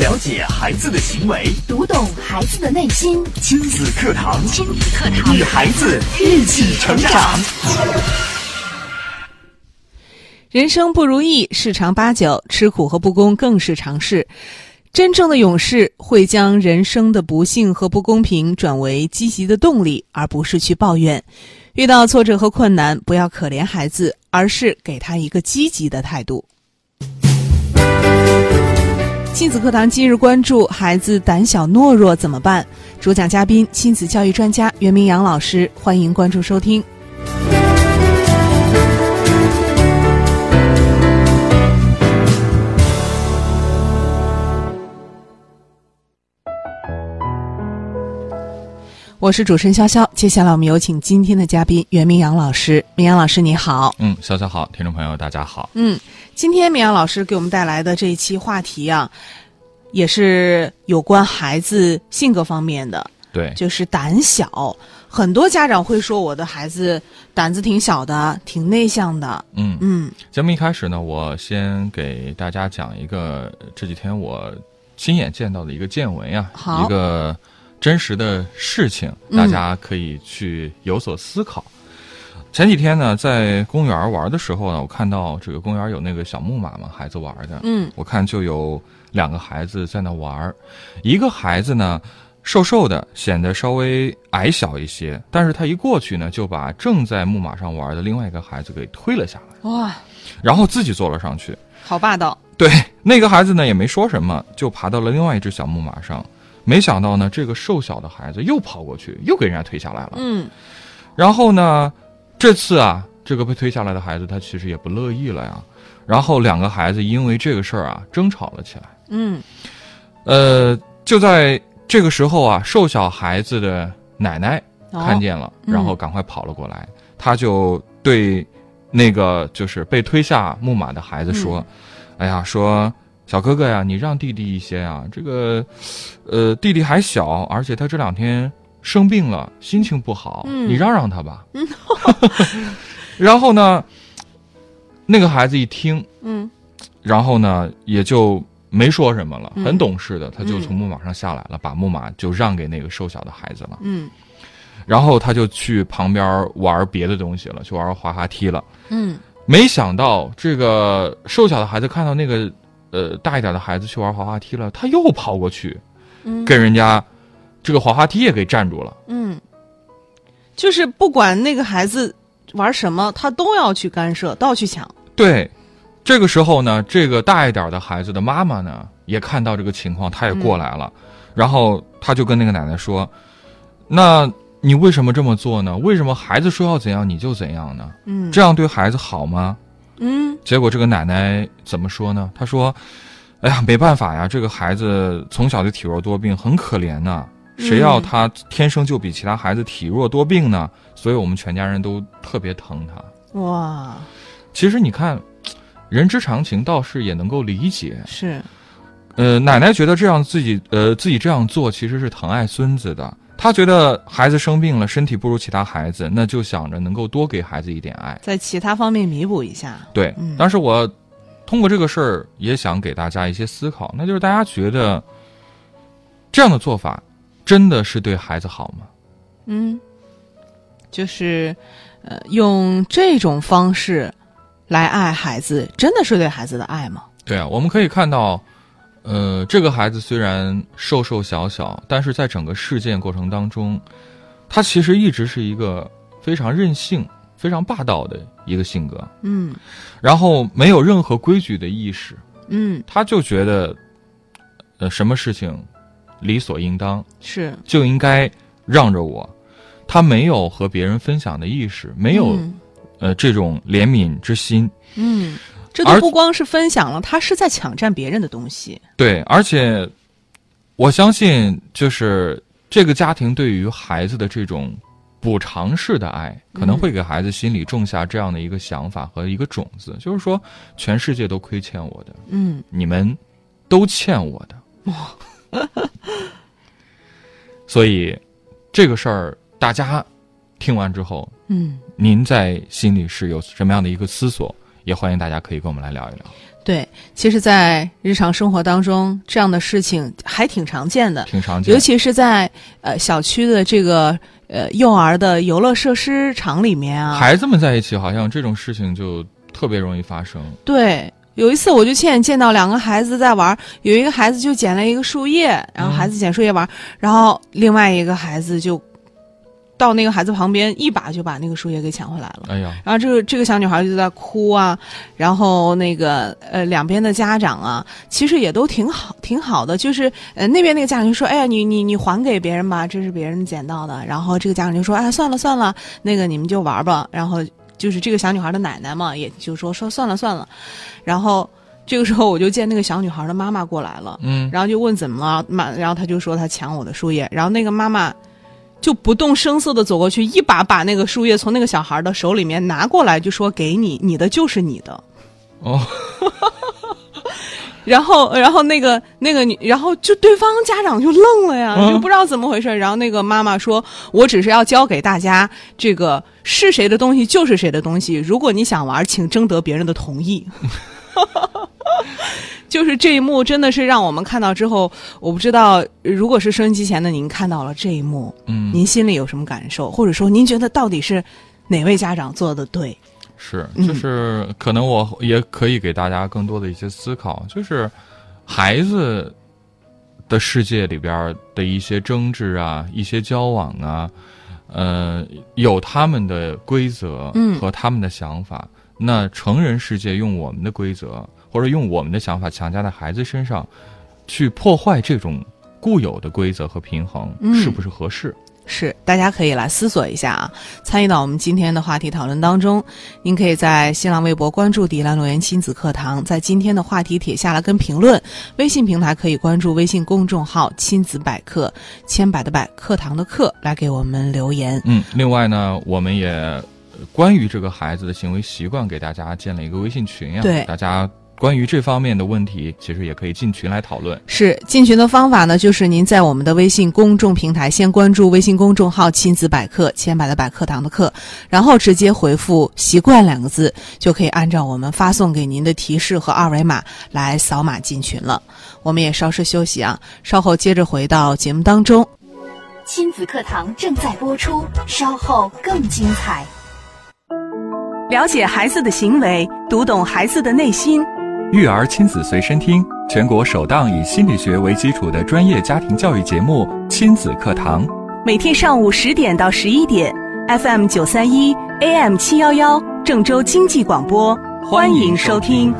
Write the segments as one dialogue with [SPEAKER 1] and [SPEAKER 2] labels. [SPEAKER 1] 了解孩子的行为，
[SPEAKER 2] 读懂孩子的内心，
[SPEAKER 1] 亲子课堂，
[SPEAKER 2] 亲子课堂
[SPEAKER 1] 与孩子一起成长。
[SPEAKER 3] 人生不如意是常八九，吃苦和不公更是常事。真正的勇士会将人生的不幸和不公平转为积极的动力，而不是去抱怨。遇到挫折和困难，不要可怜孩子，而是给他一个积极的态度。亲子课堂今日关注：孩子胆小懦弱怎么办？主讲嘉宾：亲子教育专家袁明阳老师，欢迎关注收听。我是主持人潇潇，接下来我们有请今天的嘉宾袁明阳老师。明阳老师，你好。
[SPEAKER 4] 嗯，潇潇好，听众朋友大家好。
[SPEAKER 3] 嗯，今天明阳老师给我们带来的这一期话题啊，也是有关孩子性格方面的，
[SPEAKER 4] 对，
[SPEAKER 3] 就是胆小。很多家长会说我的孩子胆子挺小的，挺内向的。
[SPEAKER 4] 嗯，
[SPEAKER 3] 嗯
[SPEAKER 4] 节目一开始呢，我先给大家讲一个这几天我亲眼见到的一个见闻呀、
[SPEAKER 3] 好
[SPEAKER 4] 一个真实的事情，
[SPEAKER 3] 嗯
[SPEAKER 4] 大家可以去有所思考。前几天呢，在公园玩的时候呢，我看到这个公园有那个小木马嘛，孩子玩的，
[SPEAKER 3] 嗯
[SPEAKER 4] 我看就有两个孩子在那玩儿，一个孩子呢瘦瘦的，显得稍微矮小一些，但是他一过去呢，就把正在木马上玩的另外一个孩子给推了下来，
[SPEAKER 3] 哇，
[SPEAKER 4] 然后自己坐了上去。
[SPEAKER 3] 好霸道。
[SPEAKER 4] 对，那个孩子呢也没说什么，就爬到了另外一只小木马上。没想到呢，这个瘦小的孩子又跑过去，又给人家推下来了。
[SPEAKER 3] 嗯
[SPEAKER 4] 然后呢，这次啊，这个被推下来的孩子他其实也不乐意了呀。然后两个孩子因为这个事儿啊争吵了起来。
[SPEAKER 3] 嗯
[SPEAKER 4] 呃，就在这个时候啊，瘦小孩子的奶奶
[SPEAKER 3] 哦
[SPEAKER 4] 看见了，
[SPEAKER 3] 嗯
[SPEAKER 4] 然后赶快跑了过来，她就对那个就是被推下木马的孩子说：“
[SPEAKER 3] 嗯
[SPEAKER 4] 哎呀，说小哥哥呀，你让弟弟一些呀，这个，呃，弟弟还小，而且他这两天生病了，心情不好，
[SPEAKER 3] 嗯
[SPEAKER 4] 你让让他吧。 然后呢，那个孩子一听，
[SPEAKER 3] 嗯
[SPEAKER 4] 然后呢，也就没说什么了，
[SPEAKER 3] 嗯
[SPEAKER 4] 很懂事的，他就
[SPEAKER 3] 嗯
[SPEAKER 4] 从木马上下来了，把木马就让给那个瘦小的孩子了。
[SPEAKER 3] 嗯
[SPEAKER 4] 然后他就去旁边玩别的东西了，去玩滑滑梯了。
[SPEAKER 3] 嗯
[SPEAKER 4] 没想到这个瘦小的孩子看到那个呃大一点的孩子去玩滑滑梯了，他又跑过去
[SPEAKER 3] 嗯
[SPEAKER 4] 跟人家这个滑滑梯也给站住了。
[SPEAKER 3] 嗯，就是不管那个孩子玩什么，他都要去干涉，都要去抢。
[SPEAKER 4] 对，这个时候呢，这个大一点的孩子的妈妈呢，也看到这个情况，她也过来了，然后她就跟那个奶奶说：“那你为什么这么做呢？为什么孩子说要怎样你就怎样呢？
[SPEAKER 3] 嗯
[SPEAKER 4] 这样对孩子好吗
[SPEAKER 3] 嗯？”
[SPEAKER 4] 结果这个奶奶怎么说呢？她说：“哎呀，没办法呀，这个孩子从小就体弱多病，很可怜呐、谁要
[SPEAKER 3] 嗯
[SPEAKER 4] 他天生就比其他孩子体弱多病呢？所以我们全家人都特别疼他。
[SPEAKER 3] 哇
[SPEAKER 4] 其实你看，人之常情倒是也能够理解。
[SPEAKER 3] 是
[SPEAKER 4] 呃，奶奶觉得这样自己呃自己这样做其实是疼爱孙子的。她觉得孩子生病了，身体不如其他孩子，那就想着能够多给孩子一点爱。
[SPEAKER 3] 在其他方面弥补一下。
[SPEAKER 4] 对
[SPEAKER 3] 嗯，
[SPEAKER 4] 但是我通过这个事儿也想给大家一些思考，那就是大家觉得这样的做法真的是对孩子好吗？
[SPEAKER 3] 嗯，就是，呃，用这种方式来爱孩子，真的是对孩子的爱吗？
[SPEAKER 4] 对啊，我们可以看到，呃，这个孩子虽然瘦瘦小小，但是在整个事件过程当中，他其实一直是一个非常任性、非常霸道的一个性格，
[SPEAKER 3] 嗯
[SPEAKER 4] 然后没有任何规矩的意识，
[SPEAKER 3] 嗯，
[SPEAKER 4] 他就觉得，呃，什么事情理所应当，
[SPEAKER 3] 是
[SPEAKER 4] 就应该让着我。他没有和别人分享的意识，没有、
[SPEAKER 3] 嗯
[SPEAKER 4] 呃这种怜悯之心，
[SPEAKER 3] 嗯，这都
[SPEAKER 4] 而
[SPEAKER 3] 不光是分享了，他是在抢占别人的东西。
[SPEAKER 4] 对，而且我相信，就是这个家庭对于孩子的这种补偿式的爱，可能
[SPEAKER 3] 嗯
[SPEAKER 4] 会给孩子心里种下这样的一个想法和一个种子，就是说，全世界都亏欠我的，
[SPEAKER 3] 嗯，
[SPEAKER 4] 你们都欠我的。所以，这个事儿大家听完之后，
[SPEAKER 3] 嗯，
[SPEAKER 4] 您在心里是有什么样的一个思索？也欢迎大家可以跟我们来聊一聊。
[SPEAKER 3] 对，其实，在日常生活当中，这样的事情还挺常见的，
[SPEAKER 4] 挺常见
[SPEAKER 3] 尤。其是在呃小区的这个呃幼儿的游乐设施场里面啊，
[SPEAKER 4] 孩子们在一起，好像这种事情就特别容易发生。
[SPEAKER 3] 对，有一次我就亲眼见到两个孩子在玩儿，有一个孩子就捡了一个树叶，然后孩子捡树叶玩儿，然后另外一个孩子就到那个孩子旁边，一把就把那个树叶给抢回来了。
[SPEAKER 4] 哎呀，
[SPEAKER 3] 然后这个这个小女孩就在哭啊，然后那个呃两边的家长啊，其实也都挺好挺好的，就是呃那边那个家长就说，哎呀你你你还给别人吧，这是别人捡到的。然后这个家长就说，哎算了算了，那个你们就玩吧。然后就是这个小女孩的奶奶嘛，也就说说算了算了。然后这个时候我就见那个小女孩的妈妈过来了，
[SPEAKER 4] 嗯，
[SPEAKER 3] 然后就问怎么了，妈，然后她就说她抢我的树叶，然后那个妈妈就不动声色的走过去，一把把那个树叶从那个小孩的手里面拿过来，就说给你，你的就是你的。
[SPEAKER 4] 哦，
[SPEAKER 3] 然后，然后那个那个女，然后就对方家长就愣了呀，
[SPEAKER 4] 嗯
[SPEAKER 3] 就不知道怎么回事。然后那个妈妈说：“我只是要教给大家，这个是谁的东西就是谁的东西。如果你想玩，请征得别人的同意。” 就是这一幕，真的是让我们看到之后，我不知道，如果是收音机前的您看到了这一幕，
[SPEAKER 4] 嗯，
[SPEAKER 3] 您心里有什么感受，或者说您觉得到底是哪位家长做的对？
[SPEAKER 4] 是，
[SPEAKER 3] 嗯
[SPEAKER 4] 就是可能我也可以给大家更多的一些思考，就是孩子的世界里边儿的一些争执啊，一些交往啊，呃，有他们的规则
[SPEAKER 3] 嗯
[SPEAKER 4] 和他们的想法。那成人世界用我们的规则或者用我们的想法强加在孩子身上，去破坏这种固有的规则和平衡，
[SPEAKER 3] 嗯
[SPEAKER 4] 是不是合适？
[SPEAKER 3] 是，大家可以来思索一下啊，参与到我们今天的话题讨论当中。您可以在新浪微博关注“迪兰罗园亲子课堂”，在今天的话题帖下来跟评论。微信平台可以关注微信公众号“亲子百科”，千百的百，课堂的课，来给我们留言。
[SPEAKER 4] 嗯，另外呢，我们也呃关于这个孩子的行为习惯，给大家建了一个微信群呀、
[SPEAKER 3] 对
[SPEAKER 4] 大家关于这方面的问题，其实也可以进群来讨论。
[SPEAKER 3] 是进群的方法呢，就是您在我们的微信公众平台先关注微信公众号“亲子百科”，千百的百课堂的课，然后直接回复“习惯”两个字，就可以按照我们发送给您的提示和二维码来扫码进群了。我们也稍事休息啊，稍后接着回到节目当中。
[SPEAKER 2] 亲子课堂正在播出，稍后更精彩。
[SPEAKER 3] 了解孩子的行为，读懂孩子的内心。
[SPEAKER 5] 育儿亲子随身听，全国首档以心理学为基础的专业家庭教育节目《亲子课堂》。
[SPEAKER 6] 每天上午十点到十一点，FM 九三一，AM 七幺幺，郑州经济广播，欢迎收听。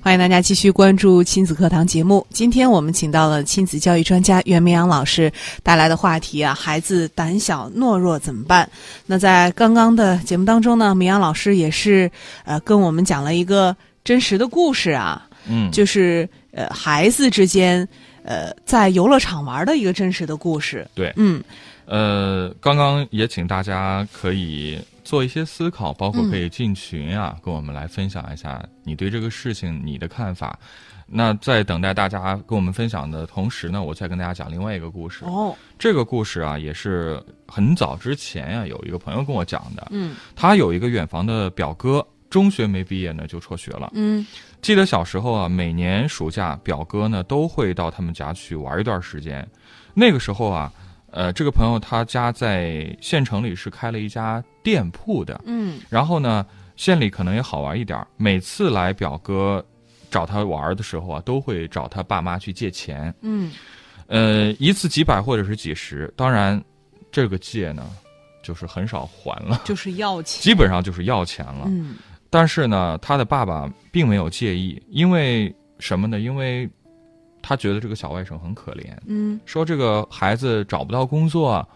[SPEAKER 3] 欢迎大家继续关注亲子课堂节目。今天我们请到了亲子教育专家袁明阳老师带来的话题啊，孩子胆小懦弱怎么办？那在刚刚的节目当中呢，明阳老师也是呃跟我们讲了一个真实的故事啊，
[SPEAKER 4] 嗯，
[SPEAKER 3] 就是呃孩子之间呃在游乐场玩的一个真实的故事。
[SPEAKER 4] 对
[SPEAKER 3] 嗯
[SPEAKER 4] 呃，刚刚也请大家可以做一些思考，包括可以进群啊，跟我们来分享一下你对这个事情你的看法。那在等待大家跟我们分享的同时呢，我再跟大家讲另外一个故事。
[SPEAKER 3] 哦
[SPEAKER 4] 这个故事啊，也是很早之前呀、有一个朋友跟我讲的。
[SPEAKER 3] 嗯
[SPEAKER 4] 他有一个远房的表哥，中学没毕业呢就辍学了。
[SPEAKER 3] 嗯
[SPEAKER 4] 记得小时候啊，每年暑假，表哥呢都会到他们家去玩一段时间。那个时候啊，呃，这个朋友他家在县城里是开了一家店铺的，
[SPEAKER 3] 嗯
[SPEAKER 4] 然后呢，县里可能也好玩一点儿。每次来表哥找他玩的时候啊，都会找他爸妈去借钱。
[SPEAKER 3] 嗯
[SPEAKER 4] 呃，一次几百或者是几十，当然，这个借呢，就是很少还了，
[SPEAKER 3] 就是要钱。
[SPEAKER 4] 基本上就是要钱了。
[SPEAKER 3] 嗯
[SPEAKER 4] 但是呢，他的爸爸并没有介意，因为什么呢？因为他觉得这个小外甥很可怜，
[SPEAKER 3] 嗯
[SPEAKER 4] 说这个孩子找不到工作，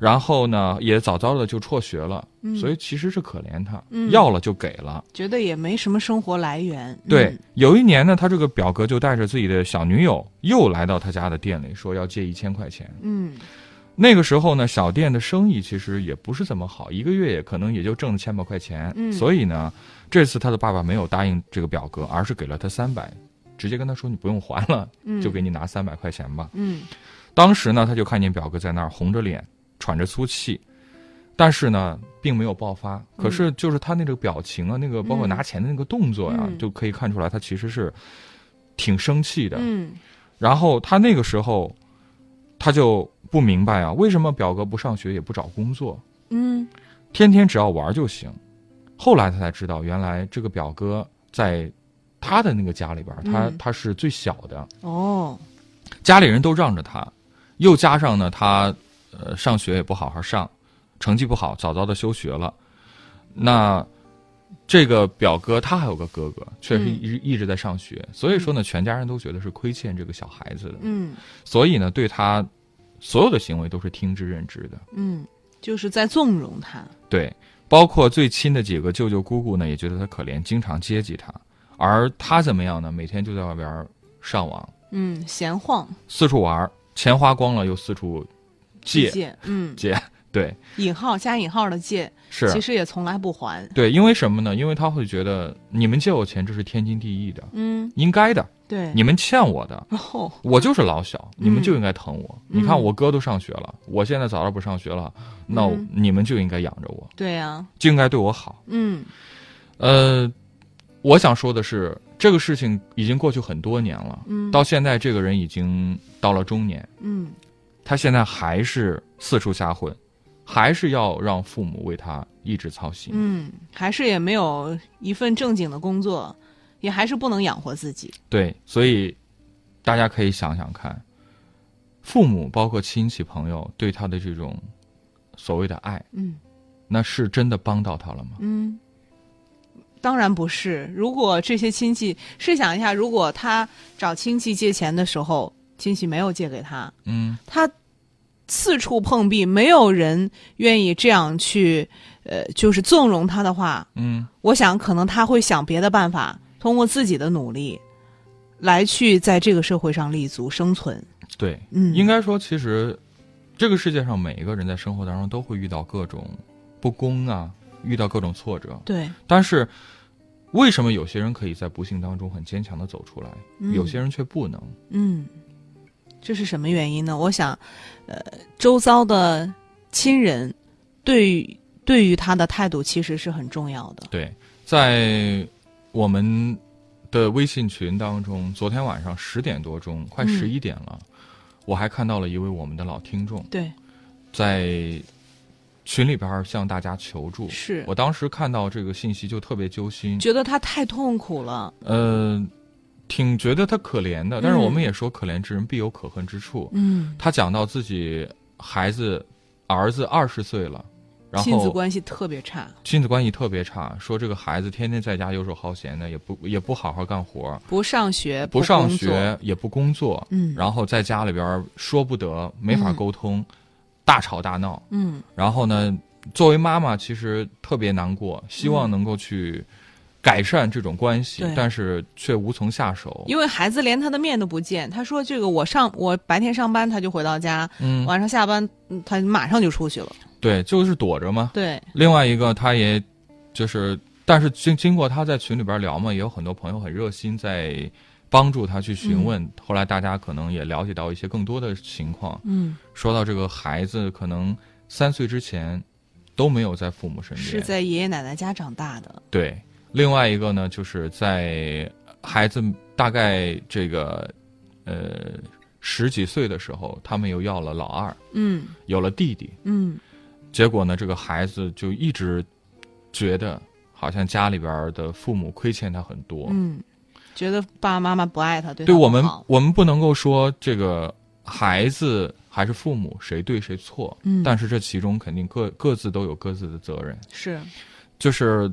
[SPEAKER 4] 然后呢也早早的就辍学了，
[SPEAKER 3] 嗯，
[SPEAKER 4] 所以其实是可怜他，
[SPEAKER 3] 嗯
[SPEAKER 4] 要了就给了。
[SPEAKER 3] 觉得也没什么生活来源。
[SPEAKER 4] 对，
[SPEAKER 3] 嗯
[SPEAKER 4] 有一年呢，他这个表哥就带着自己的小女友又来到他家的店里，说要借一千块钱。
[SPEAKER 3] 嗯
[SPEAKER 4] 那个时候呢，小店的生意其实也不是怎么好，一个月也可能也就挣千把块钱。
[SPEAKER 3] 嗯
[SPEAKER 4] 所以呢，这次他的爸爸没有答应这个表哥，而是给了他三百，直接跟他说你不用还了，就给你拿三百块钱吧。
[SPEAKER 3] 嗯
[SPEAKER 4] 当时呢，他就看见表哥在那儿红着脸，喘着粗气，但是呢，并没有爆发。可是就是他那个表情啊，那个包括
[SPEAKER 3] 嗯
[SPEAKER 4] 拿钱的那个动作呀、
[SPEAKER 3] 嗯
[SPEAKER 4] 就可以看出来他其实是挺生气的。
[SPEAKER 3] 嗯
[SPEAKER 4] 然后他那个时候，他就不明白啊，为什么表哥不上学也不找工作，
[SPEAKER 3] 嗯
[SPEAKER 4] 天天只要玩就行。后来他才知道，原来这个表哥在他的那个家里边，他
[SPEAKER 3] 嗯
[SPEAKER 4] 他是最小的，
[SPEAKER 3] 哦
[SPEAKER 4] 家里人都让着他，又加上呢他，呃，上学也不好好上，成绩不好，早早的休学了。那这个表哥他还有个哥哥，确实
[SPEAKER 3] 嗯
[SPEAKER 4] 一直、一直在上学，所以说呢，全家人都觉得是亏欠这个小孩子的，
[SPEAKER 3] 嗯
[SPEAKER 4] 所以呢，对他所有的行为都是听之任之的。
[SPEAKER 3] 嗯，就是在纵容他。
[SPEAKER 4] 对，包括最亲的几个舅舅姑姑呢，也觉得他可怜，经常接济他。而他怎么样呢？每天就在外边儿上网，
[SPEAKER 3] 嗯，闲晃
[SPEAKER 4] 四处玩儿，钱花光了又四处借
[SPEAKER 3] 借，嗯，
[SPEAKER 4] 借。对，
[SPEAKER 3] 引号加引号的借，
[SPEAKER 4] 是，
[SPEAKER 3] 其实也从来不还。
[SPEAKER 4] 对，因为什么呢？因为他会觉得你们借我钱这是天经地义的，
[SPEAKER 3] 嗯，
[SPEAKER 4] 应该的，
[SPEAKER 3] 对。哦
[SPEAKER 4] 你们欠我的，
[SPEAKER 3] 然后，
[SPEAKER 4] 我就是老小，你们
[SPEAKER 3] 嗯
[SPEAKER 4] 就应该疼我。你看
[SPEAKER 3] 嗯
[SPEAKER 4] 我哥都上学了，我现在早早不上学了，那我
[SPEAKER 3] 嗯
[SPEAKER 4] 你们就应该养着我，
[SPEAKER 3] 对呀，
[SPEAKER 4] 就应该对我好。
[SPEAKER 3] 嗯
[SPEAKER 4] 呃，我想说的是，这个事情已经过去很多年了，
[SPEAKER 3] 嗯
[SPEAKER 4] 到现在这个人已经到了中年，
[SPEAKER 3] 嗯
[SPEAKER 4] 他现在还是四处瞎混，还是要让父母为他一直操心。
[SPEAKER 3] 嗯，还是也没有一份正经的工作，也还是不能养活自己。
[SPEAKER 4] 对，所以大家可以想想看，父母包括亲戚朋友对他的这种所谓的爱，
[SPEAKER 3] 嗯
[SPEAKER 4] 那是真的帮到他了吗？
[SPEAKER 3] 嗯，当然不是。如果这些亲戚，试想一下，如果他找亲戚借钱的时候，亲戚没有借给他，
[SPEAKER 4] 嗯，
[SPEAKER 3] 他四处碰壁，没有人愿意这样去，呃，就是纵容他的话，
[SPEAKER 4] 嗯，
[SPEAKER 3] 我想可能他会想别的办法，通过自己的努力，来去在这个社会上立足生存。
[SPEAKER 4] 对，
[SPEAKER 3] 嗯，
[SPEAKER 4] 应该说，其实这个世界上每一个人在生活当中都会遇到各种不公啊，遇到各种挫折，
[SPEAKER 3] 对，
[SPEAKER 4] 但是。为什么有些人可以在不幸当中很坚强的走出来，
[SPEAKER 3] 嗯
[SPEAKER 4] 有些人却不能？
[SPEAKER 3] 嗯，这是什么原因呢？我想，呃，周遭的亲人对于对于他的态度其实是很重要的。
[SPEAKER 4] 对，在我们的微信群当中，昨天晚上十点多钟，快
[SPEAKER 3] 嗯
[SPEAKER 4] 十一点了，我还看到了一位我们的老听众
[SPEAKER 3] 对，
[SPEAKER 4] 在群里边儿向大家求助。
[SPEAKER 3] 是
[SPEAKER 4] 我当时看到这个信息就特别揪心，
[SPEAKER 3] 觉得他太痛苦了。
[SPEAKER 4] 呃，挺觉得他可怜的，但是
[SPEAKER 3] 嗯
[SPEAKER 4] 我们也说可怜之人必有可恨之处。
[SPEAKER 3] 嗯，
[SPEAKER 4] 他讲到自己孩子儿子二十岁了，然后
[SPEAKER 3] 亲子关系特别差。
[SPEAKER 4] 亲子关系特别差，说这个孩子天天在家游手好闲的，也不也不好好干活，
[SPEAKER 3] 不上学，
[SPEAKER 4] 不上
[SPEAKER 3] 工作，
[SPEAKER 4] 学也不工作，
[SPEAKER 3] 嗯
[SPEAKER 4] 然后在家里边儿说不得，没法沟通，大吵大闹。
[SPEAKER 3] 嗯
[SPEAKER 4] 然后呢，作为妈妈其实特别难
[SPEAKER 3] 嗯
[SPEAKER 4] 过，希望能够去改善这种关系，
[SPEAKER 3] 对
[SPEAKER 4] 但是却无从下手。
[SPEAKER 3] 因为孩子连他的面都不见。他说：“这个我上我白天上班，他就回到家，
[SPEAKER 4] 嗯，
[SPEAKER 3] 晚上下班嗯他马上就出去了。
[SPEAKER 4] 对，就是躲着嘛”。
[SPEAKER 3] 对，
[SPEAKER 4] 另外一个，他也就是，但是经经过他在群里边聊嘛，也有很多朋友很热心在帮助他去
[SPEAKER 3] 嗯
[SPEAKER 4] 询问。后来大家可能也了解到一些更多的情况。
[SPEAKER 3] 嗯，
[SPEAKER 4] 说到这个孩子，可能三岁之前都没有在父母身边，
[SPEAKER 3] 是在爷爷奶奶家长大的。
[SPEAKER 4] 对。另外一个呢，就是在孩子大概这个呃十几岁的时候，他们又要了老二，
[SPEAKER 3] 嗯
[SPEAKER 4] 有了弟弟。
[SPEAKER 3] 嗯
[SPEAKER 4] 结果呢，这个孩子就一直觉得好像家里边的父母亏欠他很多。
[SPEAKER 3] 嗯，觉得爸爸妈妈不爱他，对
[SPEAKER 4] 对
[SPEAKER 3] 他不
[SPEAKER 4] 我们
[SPEAKER 3] 好，
[SPEAKER 4] 我们不能够说这个孩子还是父母谁对谁错，
[SPEAKER 3] 嗯
[SPEAKER 4] 但是这其中肯定各各自都有各自的责任。
[SPEAKER 3] 是
[SPEAKER 4] 就是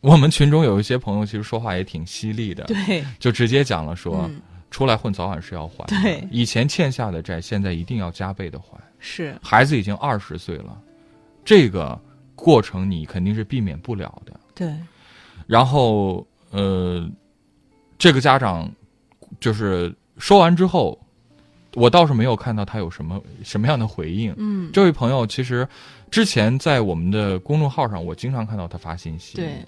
[SPEAKER 4] 我们群中有一些朋友，其实说话也挺犀利的，
[SPEAKER 3] 对
[SPEAKER 4] 就直接讲了说，
[SPEAKER 3] 嗯
[SPEAKER 4] 出来混早晚是要还的，
[SPEAKER 3] 对
[SPEAKER 4] 以前欠下的债，现在一定要加倍的还。
[SPEAKER 3] 是
[SPEAKER 4] 孩子已经二十岁了，这个过程你肯定是避免不了的。
[SPEAKER 3] 对，
[SPEAKER 4] 然后呃，这个家长就是说完之后，我倒是没有看到他有什么什么样的回应。
[SPEAKER 3] 嗯
[SPEAKER 4] 这位朋友其实之前在我们的公众号上，我经常看到他发信息，
[SPEAKER 3] 对，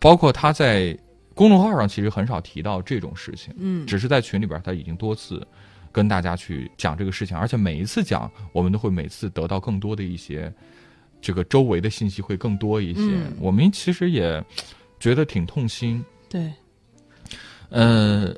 [SPEAKER 4] 包括他在。公众号上其实很少提到这种事情，
[SPEAKER 3] 嗯
[SPEAKER 4] 只是在群里边他已经多次跟大家去讲这个事情，而且每一次讲，我们都会每次得到更多的一些这个周围的信息会更多一些。
[SPEAKER 3] 嗯
[SPEAKER 4] 我们其实也觉得挺痛心，
[SPEAKER 3] 对，
[SPEAKER 4] 呃，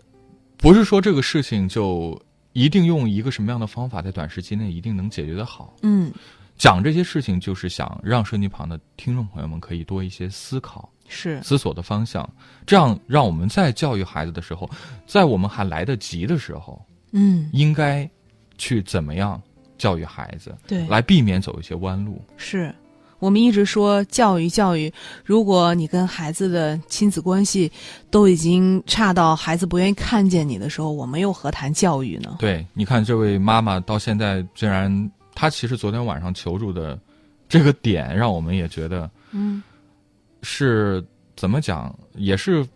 [SPEAKER 4] 不是说这个事情就一定用一个什么样的方法在短时期内一定能解决的好。
[SPEAKER 3] 嗯，
[SPEAKER 4] 讲这些事情就是想让收音机旁的听众朋友们可以多一些思考。
[SPEAKER 3] 是，
[SPEAKER 4] 思索的方向，这样让我们在教育孩子的时候，在我们还来得及的时候，
[SPEAKER 3] 嗯，
[SPEAKER 4] 应该去怎么样教育孩子，
[SPEAKER 3] 对，
[SPEAKER 4] 来避免走一些弯路。
[SPEAKER 3] 是。我们一直说教育教育，如果你跟孩子的亲子关系都已经差到孩子不愿意看见你的时候，我们又何谈教育呢？
[SPEAKER 4] 对，你看这位妈妈到现在竟然，她其实昨天晚上求助的这个点，让我们也觉得
[SPEAKER 3] 嗯，
[SPEAKER 4] 是怎么讲，也是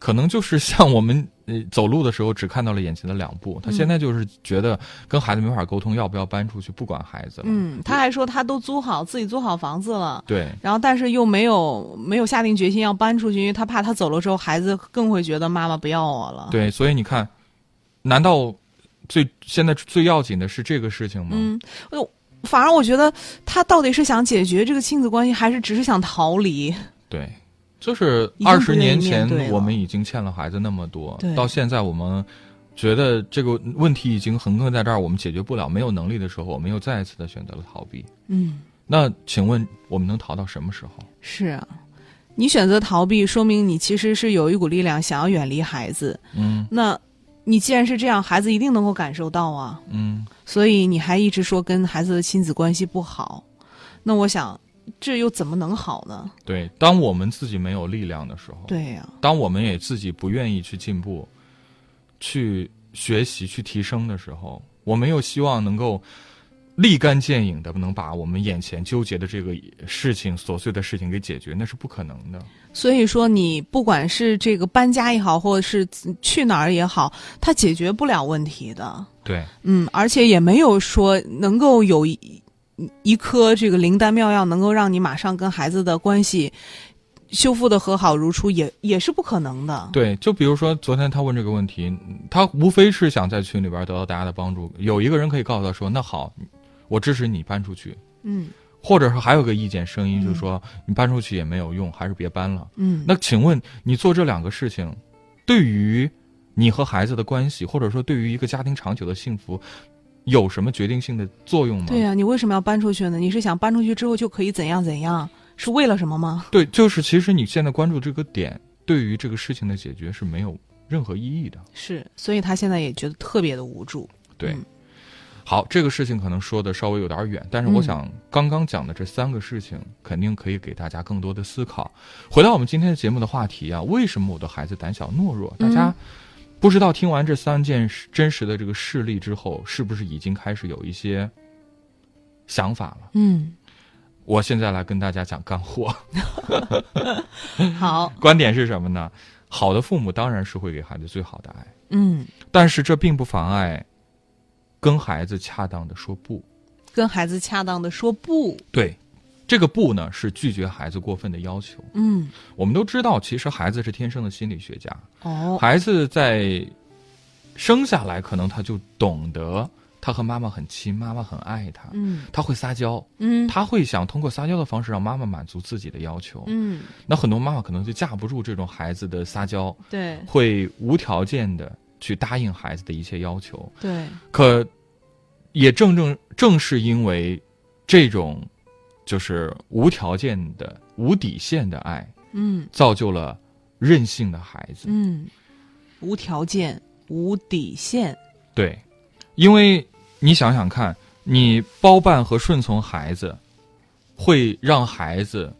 [SPEAKER 4] 可能就是像我们呃走路的时候只看到了眼前的两步，她现在就是觉得跟孩子没法沟通，要不要搬出去，不管孩子了。
[SPEAKER 3] 嗯，他还说他都租好自己租好房子了，
[SPEAKER 4] 对，
[SPEAKER 3] 然后但是又没有没有下定决心要搬出去，因为他怕他走了之后，孩子更会觉得妈妈不要我了。，嗯
[SPEAKER 4] 对，所以你看，难道最现在最要紧的是这个事情吗？
[SPEAKER 3] 嗯，我反而我觉得他到底是想解决这个亲子关系，还是只是想逃离？
[SPEAKER 4] 对，就是
[SPEAKER 3] 已经
[SPEAKER 4] 二
[SPEAKER 3] 不
[SPEAKER 4] 十
[SPEAKER 3] 愿意
[SPEAKER 4] 年
[SPEAKER 3] 面
[SPEAKER 4] 前
[SPEAKER 3] 对了
[SPEAKER 4] 我们已经欠了孩子那么多
[SPEAKER 3] 对，
[SPEAKER 4] 到现在我们觉得这个问题已经横亘在这儿，我们解决不了，没有能力的时候，我们又再一次的选择了逃避。
[SPEAKER 3] 嗯，
[SPEAKER 4] 那请问我们能逃到什么时候？
[SPEAKER 3] 是啊，你选择逃避，说明你其实是有一股力量想要远离孩子。
[SPEAKER 4] 嗯
[SPEAKER 3] 那你既然是这样，孩子一定能够感受到啊。
[SPEAKER 4] 嗯，
[SPEAKER 3] 所以你还一直说跟孩子的亲子关系不好，那我想这又怎么能好呢？
[SPEAKER 4] 对，当我们自己没有力量的时候，
[SPEAKER 3] 对呀、
[SPEAKER 4] 当我们也自己不愿意去进步、去学习、去提升的时候，我们又希望能够立竿见影的能把我们眼前纠结的这个事情、琐碎的事情给解决，那是不可能的。
[SPEAKER 3] 所以说你不管是这个搬家也好，或者是去哪儿也好，它解决不了问题的。
[SPEAKER 4] 对，
[SPEAKER 3] 嗯，而且也没有说能够有一一颗这个灵丹妙药，能够让你马上跟孩子的关系修复的和好如初，也也是不可能的。
[SPEAKER 4] 对，就比如说昨天他问这个问题，嗯他无非是想在群里边得到大家的帮助。有一个人可以告诉他说：“那好，我支持你搬出去。
[SPEAKER 3] 嗯”
[SPEAKER 4] 或者说还有个意见声音，就是说、你搬出去也没有用，还是别搬了。
[SPEAKER 3] 嗯，
[SPEAKER 4] 那请问你做这两个事情，对于你和孩子的关系，或者说对于一个家庭长久的幸福，有什么决定性的作用吗？
[SPEAKER 3] 对啊呀、你为什么要搬出去呢？你是想搬出去之后就可以怎样怎样？是为了什么吗？
[SPEAKER 4] 对就是其实你现在关注这个点，对于这个事情的解决是没有任何意义的。
[SPEAKER 3] 是，所以他现在也觉得特别的无助。
[SPEAKER 4] 对，
[SPEAKER 3] 嗯
[SPEAKER 4] 好，这个事情可能说的稍微有点远，但是我想刚刚讲的这三个事情，肯定可以给大家更多的思考。回到我们今天的节目的话题啊，为什么我的孩子胆小懦弱？大家不知道听完这三件事真实的这个事例之后，是不是已经开始有一些想法了？
[SPEAKER 3] 嗯，
[SPEAKER 4] 我现在来跟大家讲干货，
[SPEAKER 3] 好，
[SPEAKER 4] 观点是什么呢？好的父母当然是会给孩子最好的爱，
[SPEAKER 3] 嗯，
[SPEAKER 4] 但是这并不妨碍跟孩子恰当的说不。
[SPEAKER 3] 跟孩子恰当的说不。
[SPEAKER 4] 对，这个不呢是拒绝孩子过分的要求。
[SPEAKER 3] 嗯，
[SPEAKER 4] 我们都知道，其实孩子是天生的心理学家，
[SPEAKER 3] 哦，
[SPEAKER 4] 孩子在生下来可能他就懂得他和妈妈很亲，妈妈很爱他，
[SPEAKER 3] 嗯
[SPEAKER 4] 他会撒娇，
[SPEAKER 3] 嗯
[SPEAKER 4] 他会想通过撒娇的方式让妈妈满足自己的要求。
[SPEAKER 3] 嗯，
[SPEAKER 4] 那很多妈妈可能就架不住这种孩子的撒娇，
[SPEAKER 3] 对
[SPEAKER 4] 会无条件的去答应孩子的一切要求。
[SPEAKER 3] 对，
[SPEAKER 4] 可也正正正是因为这种就是无条件的、无底线的爱，
[SPEAKER 3] 嗯
[SPEAKER 4] 造就了任性的孩子。
[SPEAKER 3] 嗯，无条件、无底线。
[SPEAKER 4] 对，因为你想想看，你包办和顺从孩子，会让孩子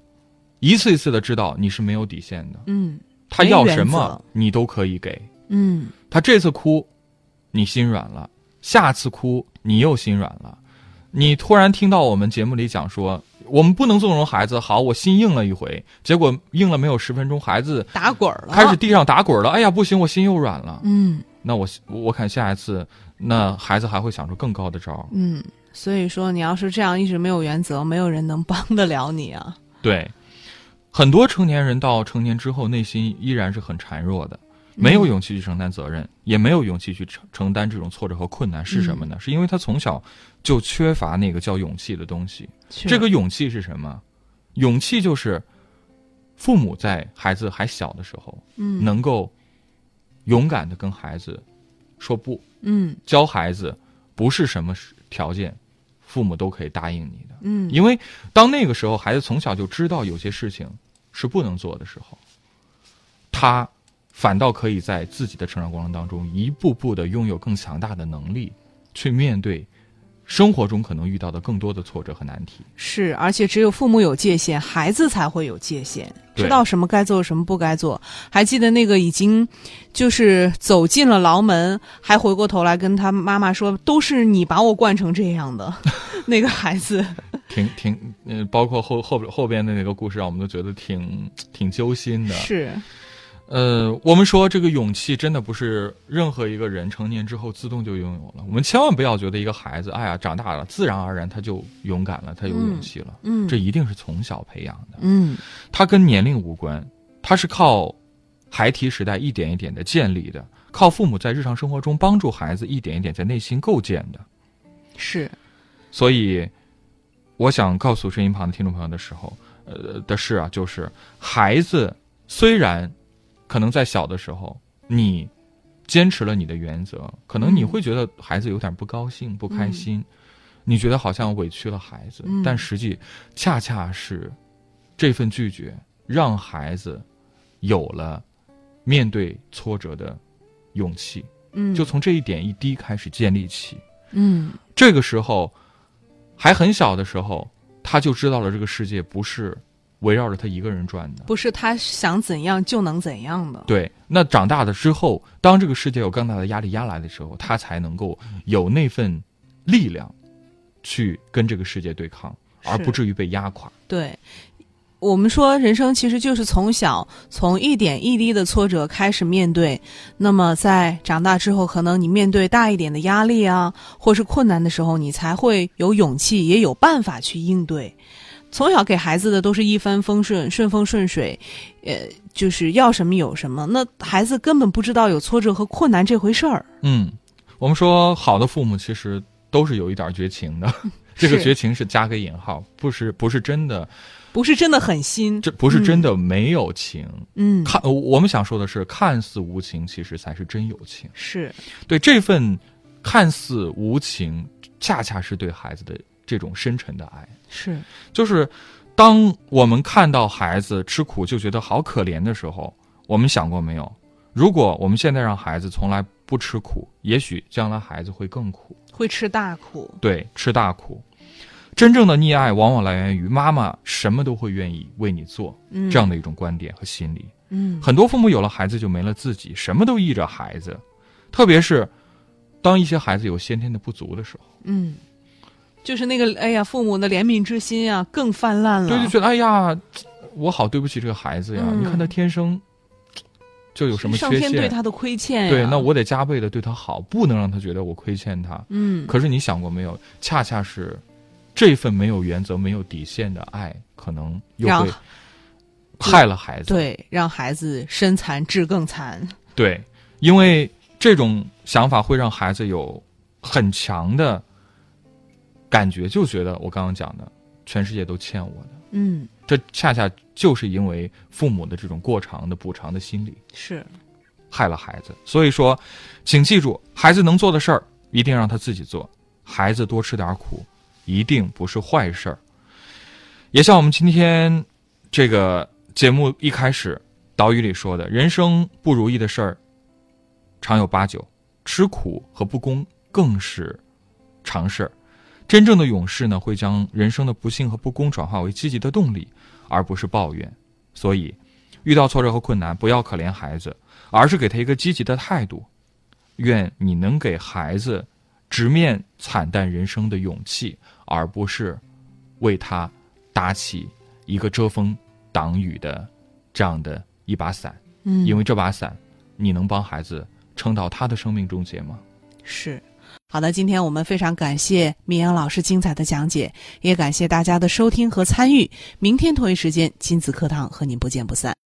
[SPEAKER 4] 一次一次的知道你是没有底线的，
[SPEAKER 3] 嗯
[SPEAKER 4] 他
[SPEAKER 3] 没
[SPEAKER 4] 要
[SPEAKER 3] 原
[SPEAKER 4] 什么
[SPEAKER 3] 则
[SPEAKER 4] 你都可以给。
[SPEAKER 3] 嗯
[SPEAKER 4] 他这次哭，你心软了；下次哭，你又心软了。你突然听到我们节目里讲说，我们不能纵容孩子。好，我心硬了一回，结果硬了没有十分钟，孩子
[SPEAKER 3] 打滚儿了，
[SPEAKER 4] 开始地上打滚了。哎呀，不行，我心又软了。
[SPEAKER 3] 嗯
[SPEAKER 4] 那我我看下一次，那孩子还会想出更高的招儿。
[SPEAKER 3] 嗯，所以说你要是这样一直没有原则，没有人能帮得了你啊。
[SPEAKER 4] 对，很多成年人到成年之后，内心依然是很孱弱的，没有勇气去承担责任，也没有勇气去承承担这种挫折和困难。是什么呢？是因为他从小就缺乏那个叫勇气的东西。
[SPEAKER 3] 啊
[SPEAKER 4] 这个勇气是什么？勇气就是父母在孩子还小的时候，
[SPEAKER 3] 嗯
[SPEAKER 4] 能够勇敢的跟孩子说不，
[SPEAKER 3] 嗯
[SPEAKER 4] 教孩子不是什么条件，父母都可以答应你的。
[SPEAKER 3] 嗯
[SPEAKER 4] 因为当那个时候，孩子从小就知道有些事情是不能做的时候，他反倒可以在自己的成长过程当中，一步步的拥有更强大的能力，去面对生活中可能遇到的更多的挫折和难题。
[SPEAKER 3] 是，而且只有父母有界限，孩子才会有界限，
[SPEAKER 4] 对
[SPEAKER 3] 知道什么该做，什么不该做。还记得那个已经就是走进了牢门，还回过头来跟他妈妈说：“都是你把我惯成这样 的。”那个孩子，
[SPEAKER 4] 挺挺，嗯、包括后后后边的那个故事，让我们都觉得挺挺揪心的。
[SPEAKER 3] 是，
[SPEAKER 4] 呃，我们说这个勇气真的不是任何一个人成年之后自动就拥有了。我们千万不要觉得一个孩子，哎呀，长大了自然而然他就勇敢了，他有勇气了。
[SPEAKER 3] 嗯
[SPEAKER 4] 这一定是从小培养的，
[SPEAKER 3] 嗯
[SPEAKER 4] 它跟年龄无关，它是靠孩提时代一点一点的建立的，靠父母在日常生活中帮助孩子一点一点在内心构建的。
[SPEAKER 3] 是，
[SPEAKER 4] 所以，我想告诉声音旁的听众朋友的时候，呃的事啊，就是孩子虽然可能在小的时候你坚持了你的原则，可能你
[SPEAKER 3] 嗯
[SPEAKER 4] 会觉得孩子有点不高兴、不开心，你觉得好像委屈了孩子，
[SPEAKER 3] 嗯
[SPEAKER 4] 但实际恰恰是这份拒绝让孩子有了面对挫折的勇气，
[SPEAKER 3] 嗯
[SPEAKER 4] 就从这一点一滴开始建立起。
[SPEAKER 3] 嗯
[SPEAKER 4] 这个时候还很小的时候，他就知道了这个世界不是围绕着他一个人转的。
[SPEAKER 3] 不是他想怎样就能怎样的。
[SPEAKER 4] 对，那长大了之后，当这个世界有更大的压力压来的时候，他才能够有那份力量去跟这个世界对抗，而
[SPEAKER 3] 是
[SPEAKER 4] 不至于被压垮。
[SPEAKER 3] 对，我们说人生其实就是从小从一点一滴的挫折开始面对，那么在长大之后，可能你面对大一点的压力啊，或是困难的时候，你才会有勇气，也有办法去应对。从小给孩子的都是一帆风顺、顺风顺水，呃，就是要什么有什么。那孩子根本不知道有挫折和困难这回事儿。
[SPEAKER 4] 嗯，我们说好的父母其实都是有一点绝 情的，这个
[SPEAKER 3] 是
[SPEAKER 4] 绝情是加个引号，不是不是真的，
[SPEAKER 3] 不是真的狠心，
[SPEAKER 4] 这不是真的没有情。
[SPEAKER 3] 嗯，
[SPEAKER 4] 看，我我们想说的是，看似无情，其实才是真有情。
[SPEAKER 3] 是
[SPEAKER 4] 对这份看似无情，恰恰是对孩子的这种深沉的爱。
[SPEAKER 3] 是，
[SPEAKER 4] 就是当我们看到孩子吃苦就觉得好可怜的时候，我们想过没有？如果我们现在让孩子从来不吃苦，也许将来孩子会更苦，
[SPEAKER 3] 会吃大苦，
[SPEAKER 4] 对，吃大苦。真正的溺爱往往来源于妈妈什么都会愿意为你做
[SPEAKER 3] 嗯，
[SPEAKER 4] 这样的一种观点和心理。
[SPEAKER 3] 嗯，
[SPEAKER 4] 很多父母有了孩子就没了自己，什么都依着孩子，特别是当一些孩子有先天的不足的时候，
[SPEAKER 3] 嗯，就是那个，哎呀，父母的怜悯之心啊，更泛滥了。
[SPEAKER 4] 对，就觉得哎呀，我好对不起这个孩子呀，
[SPEAKER 3] 嗯
[SPEAKER 4] 你看他天生就有什么
[SPEAKER 3] 上
[SPEAKER 4] 缺
[SPEAKER 3] 天
[SPEAKER 4] 陷，
[SPEAKER 3] 对他的亏欠、呀
[SPEAKER 4] 对那，我得加倍的对他好，不能让他觉得我亏欠他。
[SPEAKER 3] 嗯，
[SPEAKER 4] 可是你想过没有，恰恰是这份没有原则、没有底线的爱，可能又
[SPEAKER 3] 让
[SPEAKER 4] 会害了孩子。
[SPEAKER 3] 对，让孩子身残志更残。
[SPEAKER 4] 对，因为这种想法会让孩子有很强的感觉，就觉得我刚刚讲的，全世界都欠我的。
[SPEAKER 3] 嗯，
[SPEAKER 4] 这恰恰就是因为父母的这种过长的补偿的心理
[SPEAKER 3] 是，
[SPEAKER 4] 害了孩子。所以说，请记住，孩子能做的事儿一定让他自己做，孩子多吃点苦，一定不是坏事儿。也像我们今天这个节目一开始导语里说的，人生不如意的事儿常有八九，吃苦和不公更是常事儿。真正的勇士呢，会将人生的不幸和不公转化为积极的动力，而不是抱怨。所以，遇到挫折和困难，不要可怜孩子，而是给他一个积极的态度。愿你能给孩子直面惨淡人生的勇气，而不是为他打起一个遮风挡雨的这样的一把伞，
[SPEAKER 3] 嗯，
[SPEAKER 4] 因为这把伞，你能帮孩子撑到他的生命终结吗？
[SPEAKER 3] 是。好的，今天我们非常感谢米阳老师精彩的讲解，也感谢大家的收听和参与。明天同一时间，亲子课堂和您不见不散。